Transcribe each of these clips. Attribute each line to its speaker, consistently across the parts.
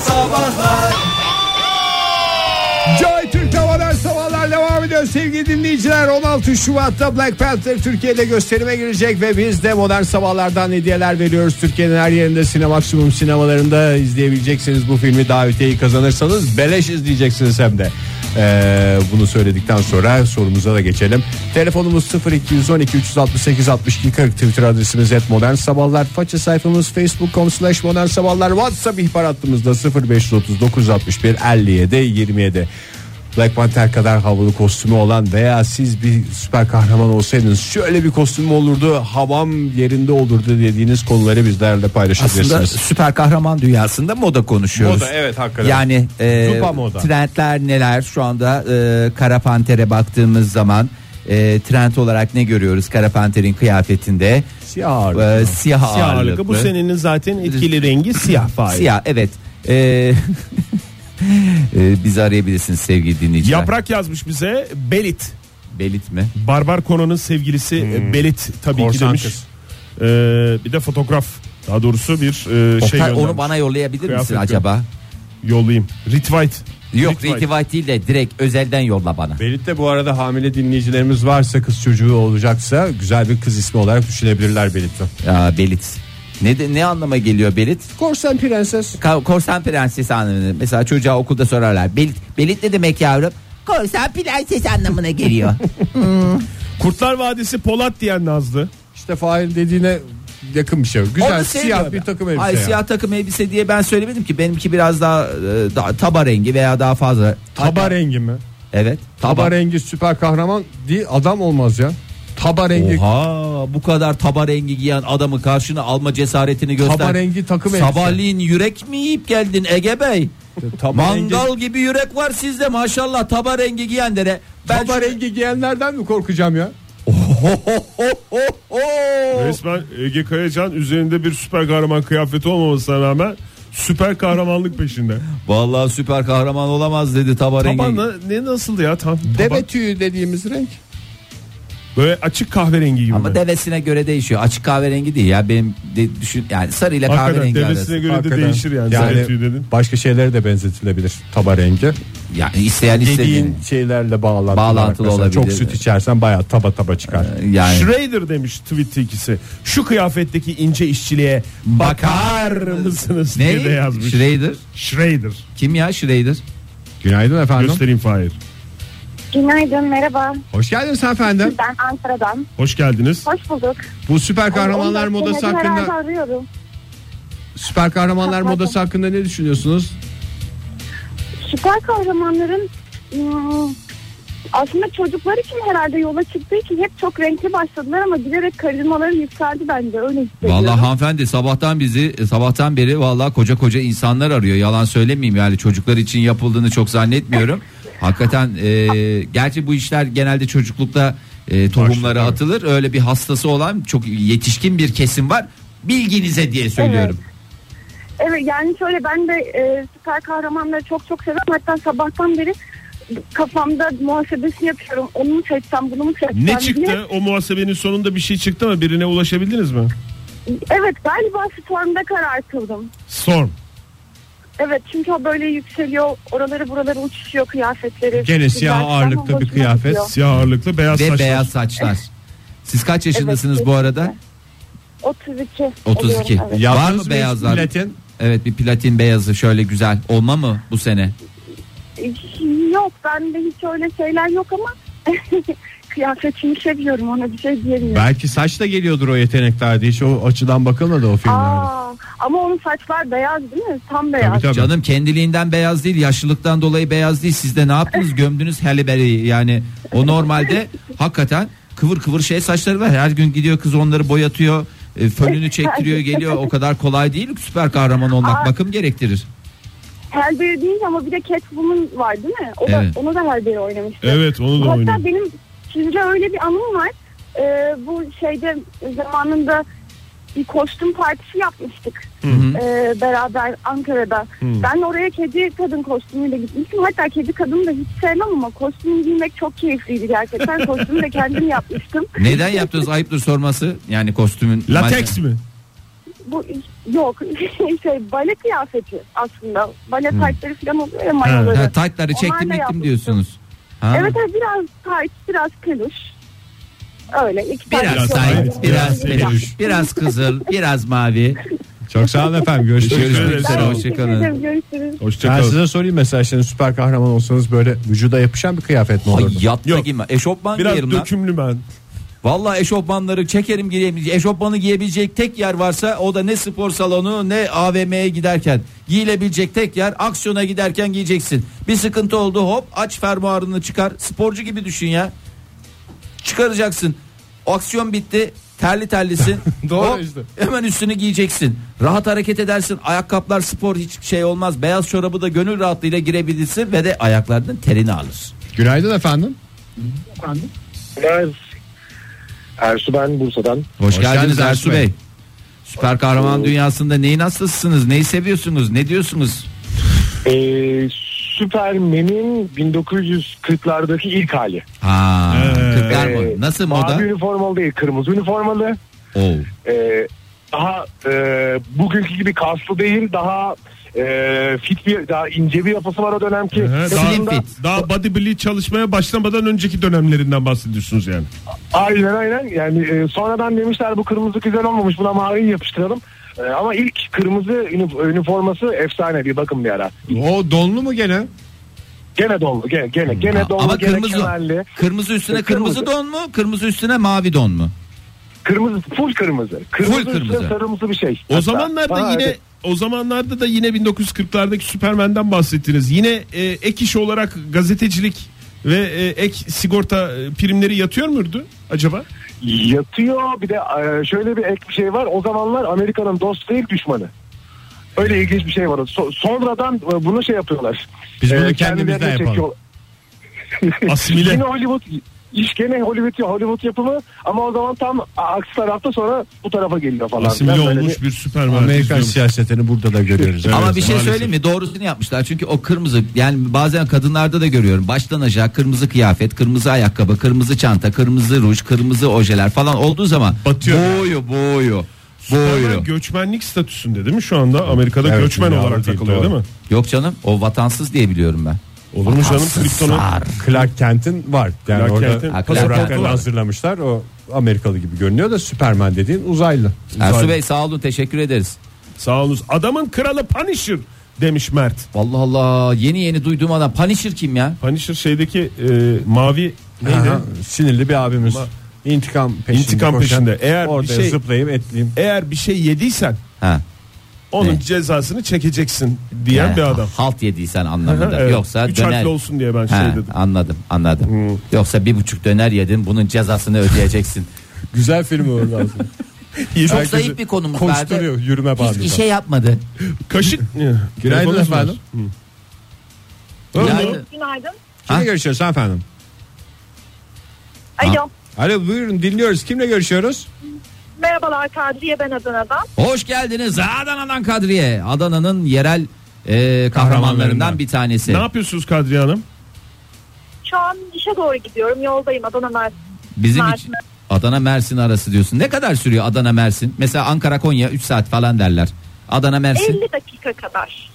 Speaker 1: Sabahlar
Speaker 2: Joy Türk Havalar Sabahlar devam ediyor sevgili dinleyiciler 16 Şubat'ta Black Panther Türkiye'de gösterime girecek ve biz de modern sabahlardan hediyeler veriyoruz Türkiye'nin her yerinde sinemaksimum sinemalarında izleyebileceksiniz bu filmi davetiyeyi kazanırsanız beleş izleyeceksiniz hem de Ee, bunu söyledikten sonra sorumuza da geçelim telefonumuz 0212 368 62 40 Twitter adresimiz et modern sabahlar faça sayfamız facebook.com slash modern sabahlar whatsapp ihbar hattımızda 0539 61 57 27 Black Panther kadar havalı kostümü olan veya siz bir süper kahraman olsaydınız şöyle bir kostüm olurdu havam yerinde olurdu dediğiniz konuları bizlerle paylaşabilirsiniz.
Speaker 3: Aslında süper kahraman dünyasında moda konuşuyoruz.
Speaker 2: Moda, evet, hakikaten.
Speaker 3: Yani e,
Speaker 2: Zupa moda.
Speaker 3: trendler neler şu anda e, Kara Panter'e baktığımız zaman e, trend olarak ne görüyoruz Kara Panter'in kıyafetinde?
Speaker 2: Siyah ağırlıklı.
Speaker 3: E, siyah,
Speaker 4: Siyah
Speaker 3: ağırlıklı.
Speaker 4: ağırlıklı. Bu senenin zaten etkili rengi siyah faiz.
Speaker 3: Siyah evet. E, e, bizi arayabilirsiniz sevgili dinleyiciler.
Speaker 4: Yaprak yazmış bize Belit.
Speaker 3: Belit mi?
Speaker 4: Barbar Konan'ın sevgilisi e, Belit tabii
Speaker 2: Hmm. Korsan
Speaker 4: ki demiş.
Speaker 2: kız.
Speaker 4: Ee, bir de fotoğraf daha doğrusu bir e, şey
Speaker 3: Oktay,
Speaker 4: göndermiş.
Speaker 3: onu bana yollayabilir
Speaker 4: Kıyafet
Speaker 3: misin
Speaker 4: gö-
Speaker 3: acaba?
Speaker 4: yollayayım. Retweet.
Speaker 3: Yok
Speaker 4: Retweet.
Speaker 3: retweet değil de direkt özelden yolla bana.
Speaker 2: Berit de bu arada hamile dinleyicilerimiz varsa kız çocuğu olacaksa güzel bir kız ismi olarak düşünebilirler Belit'i.
Speaker 3: Ya, Belit. Ne de, ne anlama geliyor Belit?
Speaker 2: Korsan prenses.
Speaker 3: Ka- Korsan prensesi anlamını mesela çocuğa okulda sorarlar. Belit, belit ne demek yavrum? Korsan prenses anlamına geliyor.
Speaker 4: Kurtlar Vadisi Polat diyen Nazlı.
Speaker 2: İşte Fahir dediğine yakın bir şey. Güzel siyah bir takım elbise.
Speaker 3: Ay
Speaker 2: ya.
Speaker 3: siyah takım elbise diye ben söylemedim ki. Benimki biraz daha, e, daha taba rengi veya daha fazla.
Speaker 2: Taba rengi mi?
Speaker 3: Evet.
Speaker 2: Taba,
Speaker 3: Taba,
Speaker 2: rengi süper kahraman değil adam olmaz ya. Taba rengi
Speaker 3: Oha bu kadar taba rengi giyen adamı karşına alma cesaretini göster.
Speaker 2: Taba rengi takım elbise.
Speaker 3: Sabahleyin yürek mi yiyip geldin Ege Bey?
Speaker 2: taba
Speaker 3: Mangal gibi yürek var sizde maşallah taba rengi giyenlere. Ben
Speaker 2: Taba
Speaker 3: şu-
Speaker 2: rengi giyenlerden mi korkacağım ya?
Speaker 4: Resmen Ege Kayacan üzerinde bir süper kahraman kıyafeti olmamasına rağmen süper kahramanlık peşinde.
Speaker 3: Vallahi süper kahraman olamaz dedi taba rengi.
Speaker 4: Taban da- ne nasıldı ya tam? taban?
Speaker 2: Deve tüyü dediğimiz renk.
Speaker 4: Böyle açık kahverengi gibi.
Speaker 3: Ama
Speaker 4: mi?
Speaker 3: devesine göre değişiyor. Açık kahverengi değil ya. Benim de düşün yani sarıyla
Speaker 4: Hakikaten
Speaker 3: kahverengi
Speaker 4: devesine
Speaker 3: arası.
Speaker 4: göre de
Speaker 2: Hakikaten.
Speaker 4: değişir yani.
Speaker 2: Yani
Speaker 4: Deve tüyü dedin.
Speaker 2: başka şeylere de benzetilebilir taba rengi.
Speaker 3: Yani isteyen istediğini.
Speaker 2: Dediğin şeylerle bağlantılı, Ee,
Speaker 3: Bağlantılı
Speaker 2: olarak mesela
Speaker 3: olabilir.
Speaker 2: Çok süt içersen bayağı taba taba çıkar.
Speaker 3: Yani
Speaker 4: Schrader demiş tweet ikisi. Şu kıyafetteki ince işçiliğe bakar mısınız diye de
Speaker 3: ne?
Speaker 4: yazmış.
Speaker 3: Schrader.
Speaker 4: Schrader.
Speaker 3: Kim ya Schrader?
Speaker 2: Günaydın efendim.
Speaker 4: Göstereyim Fahir.
Speaker 5: Günaydın, merhaba.
Speaker 2: Hoş geldiniz efendim.
Speaker 5: Ben Ankara'dan.
Speaker 4: Hoş geldiniz.
Speaker 5: Hoş bulduk.
Speaker 2: Bu süper kahramanlar
Speaker 5: Ondan
Speaker 2: modası
Speaker 5: senedir herhalde
Speaker 2: hakkında
Speaker 5: arıyorum.
Speaker 2: süper kahramanlar modası hakkında ne düşünüyorsunuz?
Speaker 5: Süper kahramanların ım, aslında çocuklar için herhalde yola çıktığı için hep çok renkli başladılar ama bilerek karizmaları yükseldi bence öyle hissediyorum.
Speaker 3: Vallahi hanımefendi sabahtan bizi e, sabahtan beri vallahi koca koca insanlar arıyor. Yalan söylemeyeyim yani çocuklar için yapıldığını çok zannetmiyorum. Hakikaten e, gerçi bu işler genelde çocuklukta e, tohumlara atılır. Öyle bir hastası olan çok yetişkin bir kesim var. Bilginize diye söylüyorum.
Speaker 5: Evet yani şöyle ben de e, süper kahramanları çok çok seviyorum. Hatta sabahtan beri kafamda muhasebesini yapıyorum. Onu mu seçsem bunu mu seçsem
Speaker 4: Ne
Speaker 5: diye.
Speaker 4: çıktı? O muhasebenin sonunda bir şey çıktı mı? Birine ulaşabildiniz mi?
Speaker 5: Evet galiba Storm'da karartıldım.
Speaker 4: Storm.
Speaker 5: Evet çünkü o böyle yükseliyor. Oraları buraları uçuşuyor kıyafetleri.
Speaker 2: Gene
Speaker 5: Güzel,
Speaker 2: siyah
Speaker 5: ama
Speaker 2: ağırlıklı bir
Speaker 5: hoşuma
Speaker 2: kıyafet.
Speaker 5: gidiyor.
Speaker 4: Siyah ağırlıklı beyaz
Speaker 3: Ve
Speaker 4: saçlar.
Speaker 3: beyaz saçlar. Siz kaç yaşındasınız
Speaker 5: Evet,
Speaker 3: bu arada?
Speaker 5: 32.
Speaker 3: 32.
Speaker 5: oluyorum, evet.
Speaker 3: Var
Speaker 2: Yaptınız
Speaker 3: mı
Speaker 2: mı
Speaker 3: beyazlar?
Speaker 2: platin?
Speaker 3: Evet bir platin beyazı şöyle güzel. Olma mı bu sene?
Speaker 5: E, Yok bende hiç öyle şeyler yok ama kıyafetimi seviyorum ona bir şey diyemiyorum.
Speaker 2: Belki saç da geliyordur o yeteneklerde. Hiç o açıdan bakılmadı o filmlerde.
Speaker 5: Aa, ama onun saçlar beyaz değil mi? Tam beyaz.
Speaker 2: Tabii tabii.
Speaker 3: Canım kendiliğinden beyaz değil yaşlılıktan dolayı beyaz değil siz de ne yaptınız gömdünüz Halle Berry'i yani o normalde hakikaten kıvır kıvır şey saçları var her gün gidiyor kız onları boyatıyor e, fönünü çektiriyor geliyor o kadar kolay değil süper kahraman olmak
Speaker 5: Aa.
Speaker 3: bakım gerektirir
Speaker 5: Hellberry değil ama bir de Catwoman var değil mi? O da,
Speaker 3: Evet.
Speaker 5: Onu da Hellberry oynamıştı.
Speaker 4: Evet onu da
Speaker 5: Hatta
Speaker 4: oynuyor.
Speaker 5: benim sizce öyle bir anım var. Ee, bu şeyde zamanında bir kostüm partisi yapmıştık. Ee, beraber Ankara'da. Ben oraya kedi kadın kostümüyle gitmiştim. Hatta kedi kadını da hiç sevmem ama kostümü giymek çok keyifliydi gerçekten. kostümü de kendim yapmıştım.
Speaker 3: neden yaptınız ayıptır sorması yani kostümün
Speaker 4: Lateks mi?
Speaker 5: bu yok şey bale kıyafeti aslında bale taytları falan oluyor ya mayoları.
Speaker 3: Ha, taytları çektim
Speaker 5: Onlarla
Speaker 3: gittim
Speaker 5: yapmıştım.
Speaker 3: diyorsunuz. Ha.
Speaker 5: Evet evet biraz tayt biraz peluş. Öyle iki tane
Speaker 3: Biraz
Speaker 5: şey
Speaker 3: tayt,
Speaker 5: var.
Speaker 3: biraz
Speaker 4: biraz
Speaker 3: peluş, biraz kızıl, biraz mavi.
Speaker 2: Çok sağ olun efendim. Görüşürüz.
Speaker 4: Görüşmek
Speaker 3: Görüşmek
Speaker 4: üzere.
Speaker 5: Ben
Speaker 3: üzere,
Speaker 5: teşekkür
Speaker 3: hoşçakalın.
Speaker 5: ederim, Görüşürüz.
Speaker 2: Ben
Speaker 4: Hoşçakalın.
Speaker 2: size sorayım mesela şimdi süper kahraman olsanız böyle vücuda yapışan bir kıyafet mi olurdu?
Speaker 3: Hayatta
Speaker 4: Yok.
Speaker 3: giyme. Eşofman
Speaker 4: Biraz
Speaker 3: giyerim lan.
Speaker 4: dökümlü ben.
Speaker 3: Valla eşofmanları çekerim giyebilecek. Eşofmanı giyebilecek tek yer varsa o da ne spor salonu ne AVM'ye giderken. Giyilebilecek tek yer aksiyona giderken giyeceksin. Bir sıkıntı oldu hop aç fermuarını çıkar. Sporcu gibi düşün ya. Çıkaracaksın. Aksiyon bitti. Terli terlisin.
Speaker 2: Doğru
Speaker 3: Hop,
Speaker 2: işte.
Speaker 3: Hemen üstünü giyeceksin. Rahat hareket edersin. Ayakkabılar spor hiç şey olmaz. Beyaz çorabı da gönül rahatlığıyla girebilirsin ve de ayaklarının terini alır.
Speaker 2: Günaydın efendim.
Speaker 1: Merhabalar. Ersu ben Bursa'dan.
Speaker 3: Hoş,
Speaker 2: Hoş
Speaker 3: geldiniz
Speaker 2: geldiniz
Speaker 3: Ersu
Speaker 2: Ersu
Speaker 3: Bey. Süper kahraman dünyasında neyin hastasısınız? Neyi seviyorsunuz? Ne diyorsunuz?
Speaker 1: Ee, Superman'in 1940'lardaki ilk hali.
Speaker 3: Ha,
Speaker 4: Ee,
Speaker 3: kırklar mı?
Speaker 1: Ee,
Speaker 3: Nasıl
Speaker 1: Mavi
Speaker 3: moda?
Speaker 1: üniformalı değil, kırmızı üniformalı.
Speaker 3: Oo.
Speaker 1: Ee, daha e, bugünkü gibi kaslı değil, daha e, fit bir, daha ince bir yapısı var o dönemki.
Speaker 4: Ee,
Speaker 3: Slim
Speaker 4: daha,
Speaker 3: fit.
Speaker 4: daha bodybuilding çalışmaya başlamadan önceki dönemlerinden bahsediyorsunuz yani.
Speaker 1: Aynen aynen. Yani e, sonradan demişler bu kırmızı güzel olmamış, buna mavi yapıştıralım. E, ama ilk kırmızı ünif- üniforması efsane bir bakın bir ara.
Speaker 2: O donlu mu gene?
Speaker 1: Gene dolu, gene gene
Speaker 3: Ha,
Speaker 1: gene dolu,
Speaker 3: Ama
Speaker 1: gene
Speaker 3: kırmızı.
Speaker 1: kemerli.
Speaker 3: Kırmızı üstüne
Speaker 1: Kırmızı.
Speaker 3: kırmızı don mu? Kırmızı üstüne mavi don mu?
Speaker 1: Kırmızı full kırmızı. Kırmızı
Speaker 3: Full
Speaker 1: üstüne
Speaker 3: kırmızı.
Speaker 1: sarımsı bir şey.
Speaker 4: O
Speaker 1: Hatta.
Speaker 4: zamanlarda
Speaker 1: Aa,
Speaker 4: yine
Speaker 1: evet.
Speaker 4: o zamanlarda da yine 1940'lardaki Superman'den bahsettiniz. Yine e, ek iş olarak gazetecilik ve e, ek sigorta e, primleri yatıyor muydu acaba?
Speaker 1: yatıyor. Bir de e, şöyle bir ek bir şey var. O zamanlar Amerika'nın dost değil düşmanı. Öyle ilginç bir şey var. So- sonradan e, bunu şey yapıyorlar.
Speaker 2: Biz bunu
Speaker 1: E,
Speaker 2: kendimiz de
Speaker 1: kendilerine
Speaker 2: yapalım.
Speaker 1: çekiyorlar.
Speaker 4: Asimile.
Speaker 1: Yine Hollywood iş gene Hollywood Hollywood yapımı ama o zaman tam aksi tarafta sonra bu tarafa geliyor falan.
Speaker 4: Asimile
Speaker 1: Yani böyle
Speaker 4: olmuş
Speaker 1: bir-
Speaker 4: bir Superman.
Speaker 2: Amerikan
Speaker 4: izliyormuş.
Speaker 2: siyasetini burada da görüyoruz. Evet.
Speaker 3: Ama bir şey
Speaker 4: maalesef.
Speaker 3: söyleyeyim mi? Doğrusunu yapmışlar. Çünkü o kırmızı yani bazen kadınlarda da görüyorum. Baştan aşağı kırmızı kıyafet, kırmızı ayakkabı, kırmızı çanta, kırmızı ruj, kırmızı ojeler falan olduğu zaman
Speaker 4: Batıyor.
Speaker 3: boğuyor, boğuyor, boğuyor.
Speaker 4: Superman göçmenlik statüsünde değil mi şu anda? Amerika'da
Speaker 2: Evet,
Speaker 4: göçmen
Speaker 2: dünyalı
Speaker 4: olarak
Speaker 2: değil,
Speaker 4: takılıyor
Speaker 2: doğru.
Speaker 4: değil mi?
Speaker 3: Yok canım, o vatansız diye biliyorum ben.
Speaker 4: Olur mu canım?
Speaker 3: Vatansız
Speaker 4: Krypton'a
Speaker 3: sar.
Speaker 2: Clark Kent'in var. Yani
Speaker 4: Clark
Speaker 2: orada
Speaker 4: Kent'in-
Speaker 3: Ha, Clark
Speaker 2: fotoğraflarını
Speaker 3: Kent var.
Speaker 2: hazırlamışlar. O Amerikalı gibi görünüyor da Superman dediğin uzaylı.
Speaker 3: Ersu
Speaker 2: Uzaylı.
Speaker 3: Bey sağ olun, teşekkür ederiz.
Speaker 4: sağ olunuz. Adamın kralı Punisher demiş Mert.
Speaker 3: Vallahi Allah yeni yeni duyduğum adam Punisher kim ya?
Speaker 4: Punisher şeydeki e, mavi neydi?
Speaker 2: Aha, sinirli bir abimiz.
Speaker 4: Ama-
Speaker 2: İntikam peşinde.
Speaker 4: İntikam
Speaker 2: koşan,
Speaker 4: peşinde. Eğer bir
Speaker 2: orada
Speaker 4: şey-
Speaker 2: zıplayayım etleyeyim.
Speaker 4: Eğer bir şey yediysen
Speaker 3: Ha.
Speaker 4: onun
Speaker 3: Ne?
Speaker 4: cezasını çekeceksin diyen
Speaker 3: Yani
Speaker 4: bir adam.
Speaker 2: Ah,
Speaker 3: Halt yediysen anlamında.
Speaker 4: Evet.
Speaker 3: Yoksa
Speaker 4: Üç
Speaker 3: döner.
Speaker 4: harfli olsun diye ben şey
Speaker 3: Ha,
Speaker 4: dedim. Hmm.
Speaker 3: anladım anladım. Yoksa bir buçuk döner yedin bunun cezasını ödeyeceksin.
Speaker 2: Güzel film olur lazım.
Speaker 3: Çok
Speaker 2: Herkesi
Speaker 3: zayıf bir konumuz
Speaker 2: Koşturuyor
Speaker 3: vardı.
Speaker 2: yürüme bağımlı.
Speaker 3: Hiçbir şey yapmadı.
Speaker 2: ah.
Speaker 4: Kaşık.
Speaker 2: Günaydın
Speaker 4: Telefonunuz
Speaker 2: efendim.
Speaker 4: var.
Speaker 3: Günaydın.
Speaker 5: Günaydın.
Speaker 2: Kimle
Speaker 3: Ha?
Speaker 2: görüşüyoruz efendim?
Speaker 5: Alo.
Speaker 2: Alo buyurun dinliyoruz. Kimle görüşüyoruz?
Speaker 5: Merhabalar Kadriye ben Adana'dan.
Speaker 3: Hoş geldiniz Adana'dan Kadriye. Adana'nın yerel e, kahramanlarından
Speaker 4: Kahramanlarından.
Speaker 3: bir tanesi.
Speaker 4: Ne yapıyorsunuz Kadriye Hanım?
Speaker 5: Şu an işe doğru gidiyorum. Yoldayım Adana Mersin.
Speaker 3: Bizim
Speaker 5: Mersin.
Speaker 3: için Adana Mersin arası diyorsun. Ne kadar sürüyor Adana Mersin? Mesela Ankara Konya 3 saat falan derler. Adana Mersin
Speaker 5: 50 dakika kadar.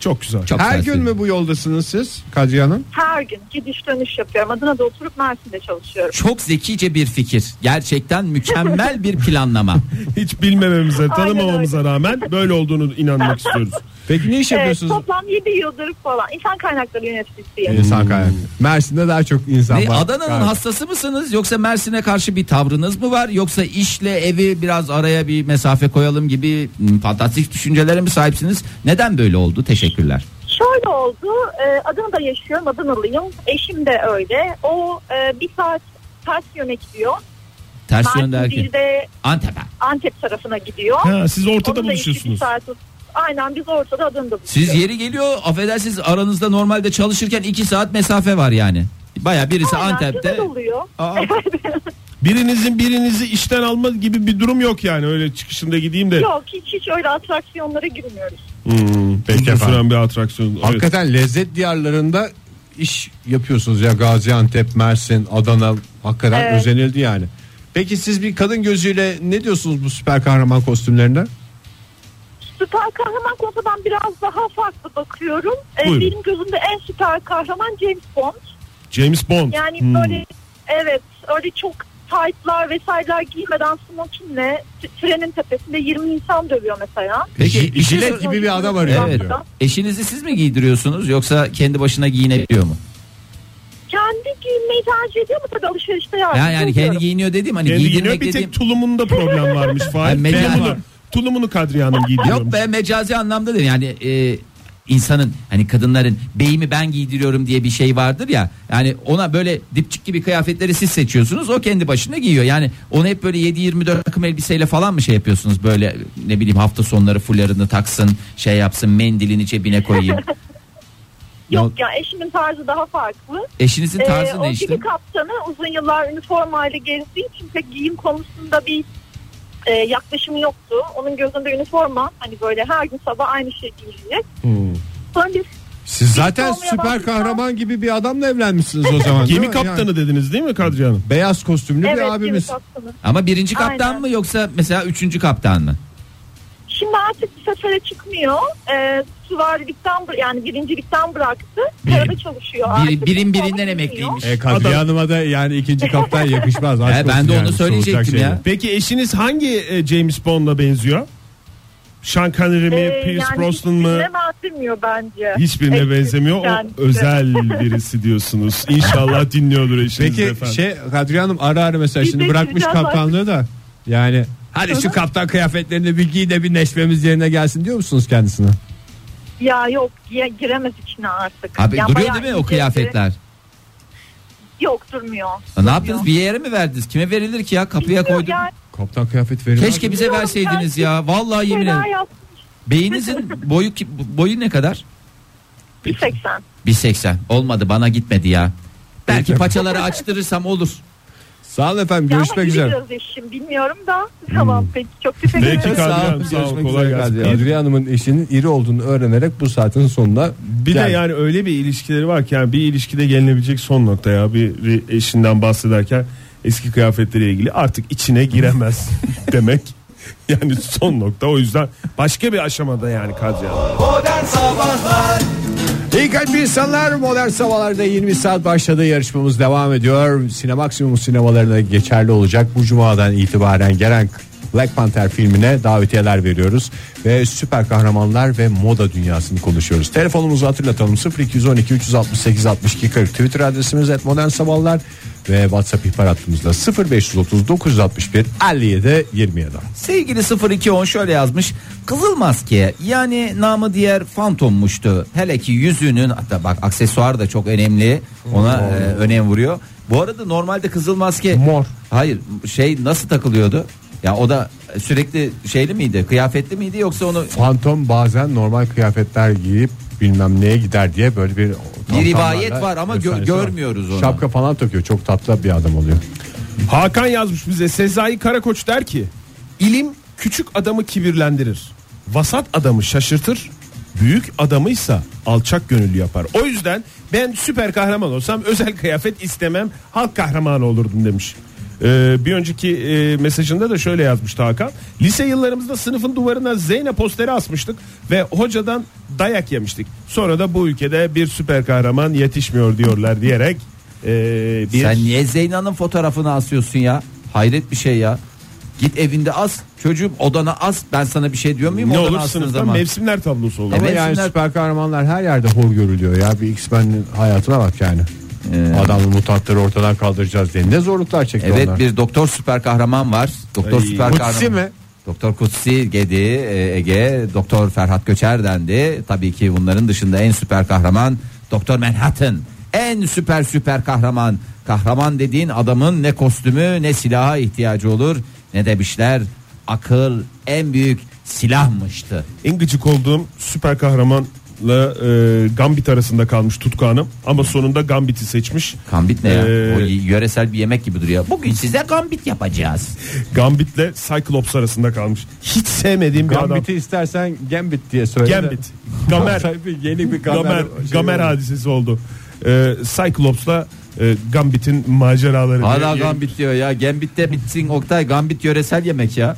Speaker 4: Çok güzel.
Speaker 3: çok Hmm.
Speaker 2: Her
Speaker 3: güzel
Speaker 2: gün
Speaker 3: sürüyor.
Speaker 2: mü bu yoldasınız siz Kadriye Hanım?
Speaker 5: Her gün gidiş dönüş yapıyorum. Adana'da oturup Mersin'de çalışıyorum.
Speaker 3: Çok zekice bir fikir. Gerçekten mükemmel bir planlama.
Speaker 4: Hiç bilmememize,
Speaker 5: Aynen
Speaker 4: tanımamamıza rağmen böyle olduğunu inanmak istiyoruz.
Speaker 2: Peki
Speaker 4: Şey
Speaker 2: ne iş
Speaker 5: Evet,
Speaker 2: yapıyorsunuz?
Speaker 5: Ee, toplam 7 yıldır falan. İnsan kaynakları yöneticisiyim.
Speaker 2: İnsan kaynağı. Mersin'de daha çok insan
Speaker 3: Ne,
Speaker 2: var.
Speaker 3: Adana'nın
Speaker 2: Galiba.
Speaker 3: hastası mısınız yoksa Mersin'e karşı bir tavrınız mı var yoksa işle evi biraz araya bir mesafe koyalım gibi hmm, fantastik düşüncelere mi sahipsiniz? Neden böyle oldu? Teşekkürler.
Speaker 5: Şöyle oldu. e, Adana'da yaşıyorum. Adanalıyım. Eşim de öyle. O e, bir saat ters yöne gidiyor.
Speaker 3: Ters yön
Speaker 5: Mersin
Speaker 3: derken
Speaker 5: bir de
Speaker 3: Antep'e.
Speaker 5: Antep tarafına gidiyor.
Speaker 4: Ha, siz ortada
Speaker 5: Onun da işi bir
Speaker 4: buluşuyorsunuz.
Speaker 5: saat- Aynen biz ortada Adana'da
Speaker 3: Siz
Speaker 5: buluşuyoruz.
Speaker 3: yeri geliyor affedersiniz aranızda normalde çalışırken 2 saat mesafe var yani. Baya birisi
Speaker 5: Aynen,
Speaker 3: Antep'te.
Speaker 5: güzel oluyor.
Speaker 3: Aa,
Speaker 4: Birinizin birinizi işten alma gibi bir durum yok yani. Öyle çıkışında gideyim de.
Speaker 5: Yok hiç hiç öyle atraksiyonlara girmiyoruz.
Speaker 4: Hmm, peki
Speaker 2: Uzun süren
Speaker 4: bir atraksiyon.
Speaker 2: Hakikaten lezzet diyarlarında iş yapıyorsunuz ya Gaziantep, Mersin, Adana hakikaten
Speaker 5: Evet.
Speaker 2: özenildi yani. Peki siz bir kadın gözüyle ne diyorsunuz bu süper kahraman kostümlerine?
Speaker 6: Süper kahraman konusunda ben biraz daha farklı bakıyorum. Ee,
Speaker 4: Buyurun.
Speaker 6: benim gözümde en süper kahraman James Bond.
Speaker 4: James Bond.
Speaker 6: Yani
Speaker 3: Hmm.
Speaker 6: böyle evet öyle çok taytlar vesaireler giymeden smokinle t- trenin tepesinde 20 insan dövüyor mesela.
Speaker 3: Peki
Speaker 2: J-
Speaker 3: bir şey
Speaker 2: jilet
Speaker 3: sor-
Speaker 2: gibi bir adam arıyor.
Speaker 3: Evet.
Speaker 2: diyor.
Speaker 3: Eşinizi siz mi giydiriyorsunuz yoksa kendi başına giyinebiliyor mu?
Speaker 6: Kendi giyinmeyi tercih ediyor mu tabii alışverişte yardımcı
Speaker 3: Yani, yani kendi
Speaker 6: oluyorum.
Speaker 3: giyiniyor dediğim hani
Speaker 4: Kendi yine
Speaker 3: giydirmek
Speaker 4: bir
Speaker 3: dediğim.
Speaker 4: tek tulumunda problem varmış
Speaker 3: Ay,
Speaker 4: Fahir.
Speaker 3: mecazi.
Speaker 4: tulumunu, tulumunu Kadriye Hanım giydiriyormuş.
Speaker 3: Yok be mecazi anlamda değil yani e, insanın hani kadınların beyimi ben giydiriyorum diye bir şey vardır ya. Yani ona böyle dipçik gibi kıyafetleri siz seçiyorsunuz o kendi başına giyiyor. Yani onu hep böyle 7-24 takım elbiseyle falan mı şey yapıyorsunuz böyle ne bileyim hafta sonları fularını taksın şey yapsın mendilini cebine koyayım.
Speaker 6: Yok ya eşimin tarzı daha farklı.
Speaker 3: Eşinizin
Speaker 6: Ee,
Speaker 3: tarzı
Speaker 6: o
Speaker 3: ne işte?
Speaker 6: gemi kaptanı uzun yıllar üniformayla gezdiği için pek giyim konusunda bir e, yaklaşımı yoktu. Onun gözünde üniforma hani böyle her gün sabah aynı şey giyilecek.
Speaker 3: Hmm.
Speaker 6: Sonra biz
Speaker 2: Siz zaten
Speaker 6: olmaya
Speaker 2: süper
Speaker 6: başlasam-
Speaker 2: kahraman gibi bir adamla evlenmişsiniz o zaman. değil
Speaker 4: Gemi
Speaker 2: mi? Yani
Speaker 4: kaptanı dediniz değil mi Kadriye Hanım?
Speaker 2: beyaz kostümlü
Speaker 6: evet
Speaker 2: bir
Speaker 6: gemi
Speaker 2: abimiz.
Speaker 6: kaptanı.
Speaker 3: Ama birinci kaptan
Speaker 6: Aynen.
Speaker 3: mı yoksa mesela üçüncü kaptan mı?
Speaker 6: Şimdi artık bir sefere çıkmıyor. E, süvarilikten bır- yani birincilikten bıraktı. Karada çalışıyor
Speaker 3: Bir,
Speaker 6: artık.
Speaker 3: birin
Speaker 6: Üniforma
Speaker 3: birinden
Speaker 6: giymiyor.
Speaker 3: emekliymiş.
Speaker 2: E Kadriye
Speaker 4: Adam-
Speaker 2: Hanım'a da yani ikinci kaptan yakışmaz. Aşk
Speaker 3: He, E, ben
Speaker 2: olsun
Speaker 3: de onu
Speaker 2: yani,
Speaker 3: söyleyecektim
Speaker 2: soğutacak
Speaker 3: ya.
Speaker 2: şeyler.
Speaker 4: Peki eşiniz hangi e, James Bond'la benziyor? Sean Connery mi,
Speaker 6: Ee,
Speaker 4: Pierce
Speaker 6: yani
Speaker 4: Brosnan mı?
Speaker 6: hiçbirine benzemiyor bence.
Speaker 4: Hiçbirine
Speaker 6: Eksik
Speaker 4: benzemiyor. O
Speaker 6: yani.
Speaker 4: özel birisi diyorsunuz. İnşallah dinliyordur eşiniz
Speaker 2: Peki
Speaker 4: efendim.
Speaker 2: şey Kadriye Hanım ara ara mesela
Speaker 6: Biz
Speaker 2: şimdi
Speaker 6: de
Speaker 2: bırakmış
Speaker 6: gireceğiz
Speaker 2: kaptanlığı da yani hadi şu kaptan kıyafetlerini bir giy de bir neşvemiz yerine gelsin diyor musunuz kendisine?
Speaker 6: Ya yok gi- giremez içine artık.
Speaker 3: Abi
Speaker 6: Ya
Speaker 3: duruyor
Speaker 6: bayağı
Speaker 3: değil mi o
Speaker 6: ince-
Speaker 3: kıyafetler?
Speaker 6: Yok durmuyor.
Speaker 3: Ya E, Ne yaptınız bir yere mi verdiniz? Kime verilir ki ya kapıya
Speaker 6: Bilmiyorum
Speaker 3: koydum.
Speaker 6: yani,
Speaker 2: Kaptan kıyafet verir.
Speaker 3: Keşke bize
Speaker 6: Bilmiyorum,
Speaker 3: verseydiniz ya. Vallahi
Speaker 5: şey
Speaker 3: yemin
Speaker 6: Feda
Speaker 3: ederim.
Speaker 6: yaptım
Speaker 3: Beyninizin boyu ki- boyu ne kadar?
Speaker 6: 180.
Speaker 3: 1.80. Olmadı bana gitmedi ya. Belki
Speaker 2: Peki.
Speaker 3: paçaları açtırırsam olur.
Speaker 2: Sağ olun efendim
Speaker 6: Ya ama
Speaker 2: görüşmek
Speaker 6: iyi
Speaker 2: üzere.
Speaker 6: biraz eşim bilmiyorum da. Tamam
Speaker 3: Hmm.
Speaker 6: peki çok teşekkür
Speaker 4: Peki,
Speaker 6: ederim.
Speaker 4: Kadriye Hanım, sağ ol,
Speaker 2: Görüşmek
Speaker 4: kolay
Speaker 2: üzere
Speaker 4: gelsin.
Speaker 2: Kadriye Hanım. Kadriye Hanım'ın eşinin iri olduğunu öğrenerek bu saatin sonunda
Speaker 4: Bir de
Speaker 2: geldik.
Speaker 4: yani öyle bir ilişkileri var ki yani bir ilişkide gelinebilecek son nokta ya bir eşinden bahsederken eski kıyafetleriyle ilgili artık içine giremez demek. Yani son nokta o yüzden başka bir aşamada yani Kadriye Hanım.
Speaker 2: İyi kalp insanlar modern sabahlarda 20 saat başladı yarışmamız devam ediyor. Sinemaksimum sinemalarına geçerli olacak bu cumadan itibaren gelen Black Panther filmine davetiyeler veriyoruz ve süper kahramanlar ve moda dünyasını konuşuyoruz. Telefonumuzu hatırlatalım 0212 368 62 40 Twitter adresimiz et modern sabahlar ve WhatsApp ihbar hattımızda 0530 961 57 27.
Speaker 3: Sevgili 0210 şöyle yazmış. Kızıl maske yani namı diğer fantommuştu. Hele ki yüzüğünün hatta bak aksesuar da çok önemli. Ona e, önem vuruyor. Bu arada normalde kızıl maske
Speaker 2: Mor.
Speaker 3: Hayır şey nasıl takılıyordu? Ya o da sürekli şeyli miydi? Kıyafetli miydi yoksa onu
Speaker 2: Fantom bazen normal kıyafetler giyip bilmem neye gider diye böyle bir
Speaker 3: Bir rivayet var ama gö-
Speaker 2: Efsanesi var.
Speaker 3: görmüyoruz onu.
Speaker 2: Şapka falan takıyor. Çok tatlı bir adam oluyor.
Speaker 4: Hakan yazmış bize Sezai Karakoç der ki ilim küçük adamı kibirlendirir. Vasat adamı şaşırtır. Büyük adamıysa alçak gönüllü yapar. O yüzden ben süper kahraman olsam özel kıyafet istemem. Halk kahramanı olurdum demiş. Ee, bir önceki e, mesajında da şöyle yazmıştı Hakan. Lise yıllarımızda sınıfın duvarına Zeyne posteri asmıştık ve hocadan dayak yemiştik. Sonra da bu ülkede bir süper kahraman yetişmiyor diyorlar diyerek e, bir
Speaker 3: Sen niye Zeyna'nın fotoğrafını asıyorsun ya? Hayret bir şey ya. Git evinde as. Çocuğum odana as. Ben sana bir şey diyor muyum?
Speaker 4: Ne
Speaker 3: odana
Speaker 4: olur
Speaker 3: astığın
Speaker 4: sınıfta
Speaker 3: zaman.
Speaker 4: mevsimler tablosu olur.
Speaker 2: Ama
Speaker 3: Evet,
Speaker 2: yani
Speaker 3: bunlar-
Speaker 2: süper kahramanlar her yerde hor görülüyor ya. Bir X-Men'in hayatına bak yani. Adamın mutantları ortadan kaldıracağız diye. Ne zorluklar çekti
Speaker 3: Ee. Evet
Speaker 2: onlar.
Speaker 3: bir doktor süper kahraman var. Doktor
Speaker 4: Ay,
Speaker 3: süper
Speaker 2: Kutsi
Speaker 3: kahraman.
Speaker 2: mi?
Speaker 3: Doktor Kutsi Gedi e, Ege, Doktor Ferhat Göçer dendi. Tabii ki bunların dışında en süper kahraman Doktor Manhattan. En süper süper kahraman. Kahraman dediğin adamın ne kostümü ne silaha ihtiyacı olur ne demişler. Akıl en büyük silahmıştı.
Speaker 4: En gıcık olduğum süper kahramanla e, Gambit arasında kalmış Tutku Hanım. Ama sonunda Gambit'i seçmiş.
Speaker 3: Gambit ne ya?
Speaker 4: Ee,
Speaker 3: O y- yöresel bir yemek gibi duruyor. Bugün size gambit yapacağız.
Speaker 4: Gambit'le Cyclops arasında kalmış. Hiç sevmediğim bir adam.
Speaker 2: Gambit'i istersen Gambit diye söyle. de.
Speaker 4: Gambit. Gamer.
Speaker 2: Tabii Yeni bir Gamer.
Speaker 4: Gamer,
Speaker 2: şey
Speaker 4: Gamer
Speaker 2: oldu.
Speaker 4: hadisesi oldu. E, Cyclops'la e, Gambit'in maceraları.
Speaker 3: Hala
Speaker 4: diye-
Speaker 3: gambit diyor ya. Gambit de bitsin Oktay. Gambit yöresel yemek ya.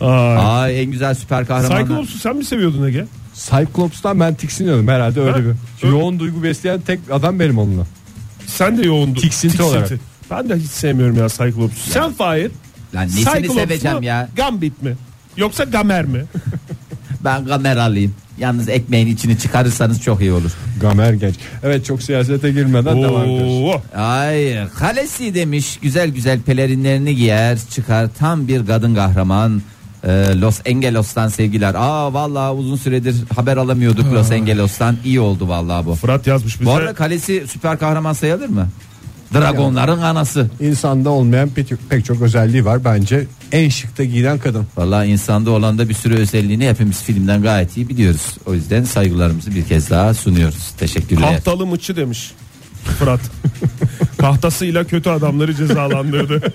Speaker 4: Ay.
Speaker 3: Aa en güzel süper kahramanlar.
Speaker 4: Cyclops'u sen mi seviyordun Ege?
Speaker 2: Cyclops'tan ben tiksiniyordum herhalde öyle
Speaker 4: Ha?
Speaker 2: bir. Yoğun duygu besleyen tek adam benim onunla.
Speaker 4: Sen de yoğundu.
Speaker 2: Tiksinti olarak.
Speaker 4: Ben de hiç sevmiyorum ya Cyclops'u. Sen Fahir.
Speaker 3: Lan nesini
Speaker 4: Cyclops
Speaker 3: seveceğim
Speaker 4: mu,
Speaker 3: ya?
Speaker 4: Gambit mi? Yoksa Gamer mi?
Speaker 3: Ben kameralıyım. Yalnız ekmeğin içini çıkarırsanız çok iyi olur.
Speaker 2: Gamer genç. Evet çok siyasete girmeden devam ediyoruz.
Speaker 4: Oo.
Speaker 3: Ay kalesi demiş güzel güzel pelerinlerini giyer çıkar tam bir kadın kahraman Ee, Los Angeles'tan sevgiler. Aa vallahi uzun süredir haber alamıyorduk Los Angeles'tan. iyi oldu vallahi bu.
Speaker 4: Fırat yazmış bize.
Speaker 3: Bu arada kalesi süper kahraman sayılır mı? Dragonların anası.
Speaker 2: İnsanda olmayan pek, pek çok özelliği var bence. En şıkta giyinen kadın.
Speaker 3: Vallahi insanda olan da bir sürü özelliğini hepimiz filmden gayet iyi biliyoruz. O yüzden saygılarımızı bir kez daha sunuyoruz. Teşekkürler.
Speaker 4: Kahtalı mıçı demiş. Fırat. Kahtasıyla kötü adamları cezalandırdı.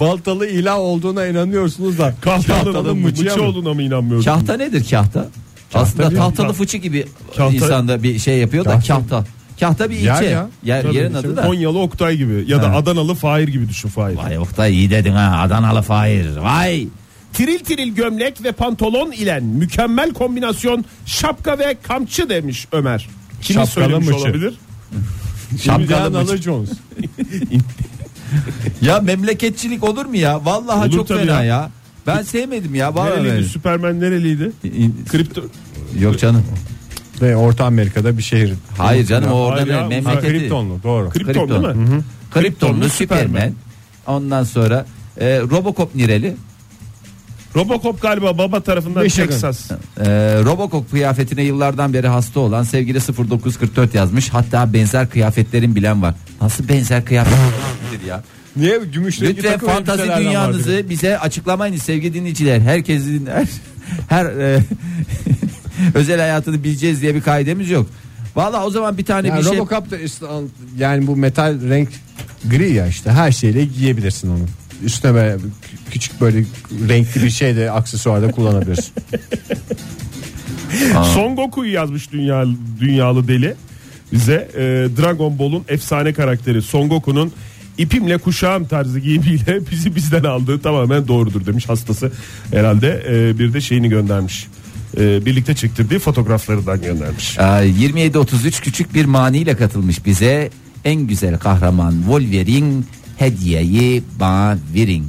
Speaker 2: Baltalı ilah olduğuna inanıyorsunuz da.
Speaker 4: Kahtalı mıçı
Speaker 2: mı?
Speaker 4: olduğuna mı inanmıyorum?
Speaker 3: Kahta nedir kahta? Aslında
Speaker 4: bir-
Speaker 3: tahtalı fıçı gibi
Speaker 4: Kahta-
Speaker 3: insanda bir şey yapıyor da
Speaker 2: Kahta-
Speaker 3: kahta. Kahta bir ilçe.
Speaker 2: Yer
Speaker 3: Yer
Speaker 2: ya.
Speaker 4: Tabii,
Speaker 3: yerin
Speaker 4: tabii.
Speaker 3: adı da.
Speaker 4: Konyalı Oktay gibi ya da Adanalı Fahir gibi düşün Fahir.
Speaker 3: Vay Oktay iyi dedin ha Adanalı Fahir. Vay.
Speaker 4: Tiril tiril gömlek ve pantolon ile mükemmel kombinasyon şapka ve kamçı demiş Ömer. Kimi
Speaker 2: Şapkalı
Speaker 4: söylemiş
Speaker 2: mıçı.
Speaker 4: olabilir?
Speaker 2: Şapkalı
Speaker 3: mıçı.
Speaker 2: Jones.
Speaker 3: Ya memleketçilik olur mu ya? Vallahi
Speaker 4: Olur
Speaker 3: çok
Speaker 4: tabii
Speaker 3: fena
Speaker 4: ya.
Speaker 3: ya. Ben sevmedim ya. Vallahi
Speaker 4: Nereliydi?
Speaker 3: ben-
Speaker 4: Süpermen nereliydi?
Speaker 3: İn-
Speaker 4: Kripto
Speaker 3: Yok canım.
Speaker 2: Ve Orta Amerika'da bir şehir.
Speaker 3: Hayır canım o orada
Speaker 4: hayır ya,
Speaker 3: ne-
Speaker 4: bu
Speaker 3: memleketi.
Speaker 2: Kryptonlu doğru.
Speaker 4: Kripton, değil mi?
Speaker 3: Kriptonlu
Speaker 4: Kriptonlu
Speaker 3: Süpermen.
Speaker 4: Süpermen.
Speaker 3: Ondan sonra e, Robocop Nireli.
Speaker 4: Robocop galiba baba tarafından
Speaker 2: Michigan.
Speaker 4: Texas.
Speaker 3: E, Robocop kıyafetine yıllardan beri hasta olan sevgili 0944 yazmış. Hatta benzer kıyafetlerin bilen var. Nasıl benzer kıyafetler ya?
Speaker 2: Niye gümüşle
Speaker 3: Lütfen fantazi dünyanızı bize açıklamayın sevgili dinleyiciler. Herkesin her, her e, özel hayatını bileceğiz diye bir kaidemiz yok. Valla o zaman bir tane
Speaker 2: Yani
Speaker 3: bir şey
Speaker 2: Robocop da İslam- yani bu metal renk gri ya işte her şeyle giyebilirsin onu. Üstüne böyle kü- küçük böyle renkli bir şey de aksesuar da kullanabilirsin.
Speaker 4: Son Goku'yu yazmış dünya, dünyalı deli bize. Ee, Dragon Ball'un efsane karakteri Son Goku'nun ipimle kuşağım tarzı giyimiyle bizi bizden aldığı tamamen doğrudur demiş hastası herhalde. Ee, bir de şeyini göndermiş. Ee, birlikte çektirdiği fotoğraflarından göndermiş.
Speaker 3: Ee, 27.33 küçük bir maniyle katılmış bize. En güzel kahraman Wolverine hediyeyi bana verin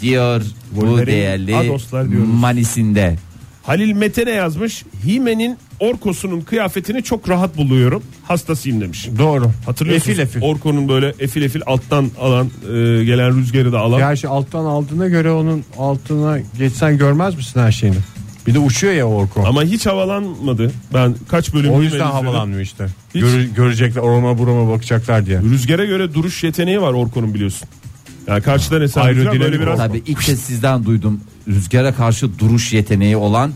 Speaker 3: diyor bu
Speaker 4: Wolverine, ha
Speaker 3: değerli
Speaker 4: dostlar diyoruz.
Speaker 3: manisinde.
Speaker 4: Halil Mete ne yazmış? Hime'nin Orko'sunun kıyafetini çok rahat buluyorum. Hastasıyım demiş.
Speaker 2: doğru.
Speaker 4: Hatırlıyorsunuz
Speaker 2: Efil efil.
Speaker 4: Orko'nun böyle efil efil alttan alan e, gelen rüzgarı da alan.
Speaker 2: Gerçi şey alttan aldığına göre onun altına geçsen görmez misin her şeyini? Bir de uçuyor ya Orko.
Speaker 4: Ama hiç havalanmadı. Ben kaç bölüm
Speaker 2: o
Speaker 4: Hime'yi
Speaker 2: yüzden
Speaker 4: izledim.
Speaker 2: havalanmıyor işte.
Speaker 4: Hiç.
Speaker 2: Göre- görecekler orama burama bakacaklar diye.
Speaker 4: Rüzgara göre duruş yeteneği var Orkun'un biliyorsun. Yani karşıdan esen rüzgar
Speaker 2: Aerodinamik
Speaker 4: böyle biraz tabii.
Speaker 3: Tabii ilk kez sizden duydum rüzgara karşı duruş yeteneği olan.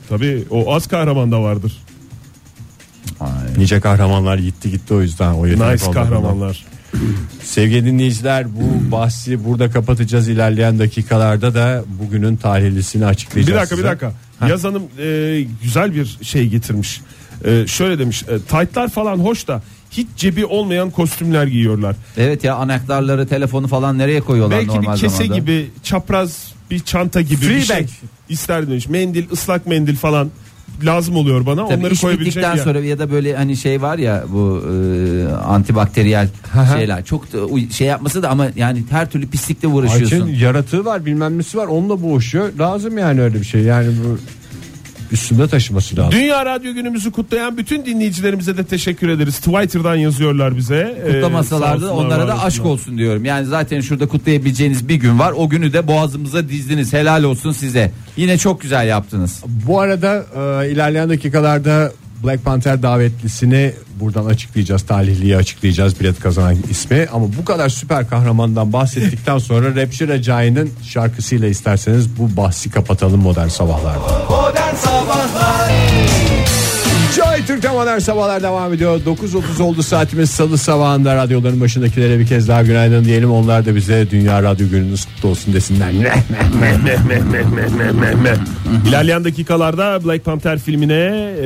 Speaker 4: o az kahraman da vardır.
Speaker 2: Nice kahramanlar gitti gitti o yüzden. O yetenek
Speaker 4: Nice
Speaker 2: olmadığından.
Speaker 4: kahramanlar.
Speaker 2: Sevgili dinleyiciler bu bahsi burada kapatacağız. İlerleyen dakikalarda da bugünün talihlisini
Speaker 4: Bir
Speaker 2: açıklayacağız.
Speaker 4: dakika bir
Speaker 2: size.
Speaker 4: dakika. Yazanım e, güzel bir şey getirmiş. E, şöyle demiş. E, taytlar falan hoş da hiç cebi olmayan kostümler giyiyorlar.
Speaker 3: Evet ya anahtarları telefonu falan nereye koyuyorlar
Speaker 4: Belki bir
Speaker 3: normal
Speaker 4: kese
Speaker 3: zamanda?
Speaker 4: gibi, çapraz bir çanta gibi bir
Speaker 2: Freebag.
Speaker 4: şey ister demiş. Mendil, ıslak mendil falan lazım oluyor bana.
Speaker 3: Tabii
Speaker 4: Onları
Speaker 3: iş
Speaker 4: koyabilecek
Speaker 3: bittikten
Speaker 4: bir yer.
Speaker 3: sonra ya da böyle hani şey var ya bu e, antibakteriyel şeyler çok da uy- şey yapması da ama yani her türlü pislikle uğraşıyorsun.
Speaker 2: Ayçin yaratığı var bilmem nesi var onunla boğuşuyor. Lazım yani öyle bir şey. Yani bu üstünde taşıması lazım.
Speaker 4: Dünya Radyo günümüzü kutlayan bütün dinleyicilerimize de teşekkür ederiz. Twitter'dan yazıyorlar bize. Ee,
Speaker 3: kutlamasalardı
Speaker 4: sağ olsunlar,
Speaker 3: onlara
Speaker 4: var
Speaker 3: da aşk
Speaker 4: olsunlar.
Speaker 3: olsun diyorum. Yani zaten şurada kutlayabileceğiniz bir gün var. O günü de boğazımıza dizdiniz. Helal olsun size. Yine çok güzel yaptınız.
Speaker 2: Bu arada e, ilerleyen dakikalarda Black Panther davetlisini buradan açıklayacağız. Talihliyi açıklayacağız bilet kazanan ismi. Ama bu kadar süper kahramandan bahsettikten sonra Rapçi Recai'nin şarkısıyla isterseniz bu bahsi kapatalım modern sabahlarda. Joy Türk'te modern sabahlar devam ediyor. 9.30 oldu saatimiz salı sabahında radyoların başındakilere bir kez daha günaydın diyelim. Onlar da bize Dünya Radyo Gününüz kutlu olsun desinler.
Speaker 4: İlerleyen dakikalarda Black Panther filmine e,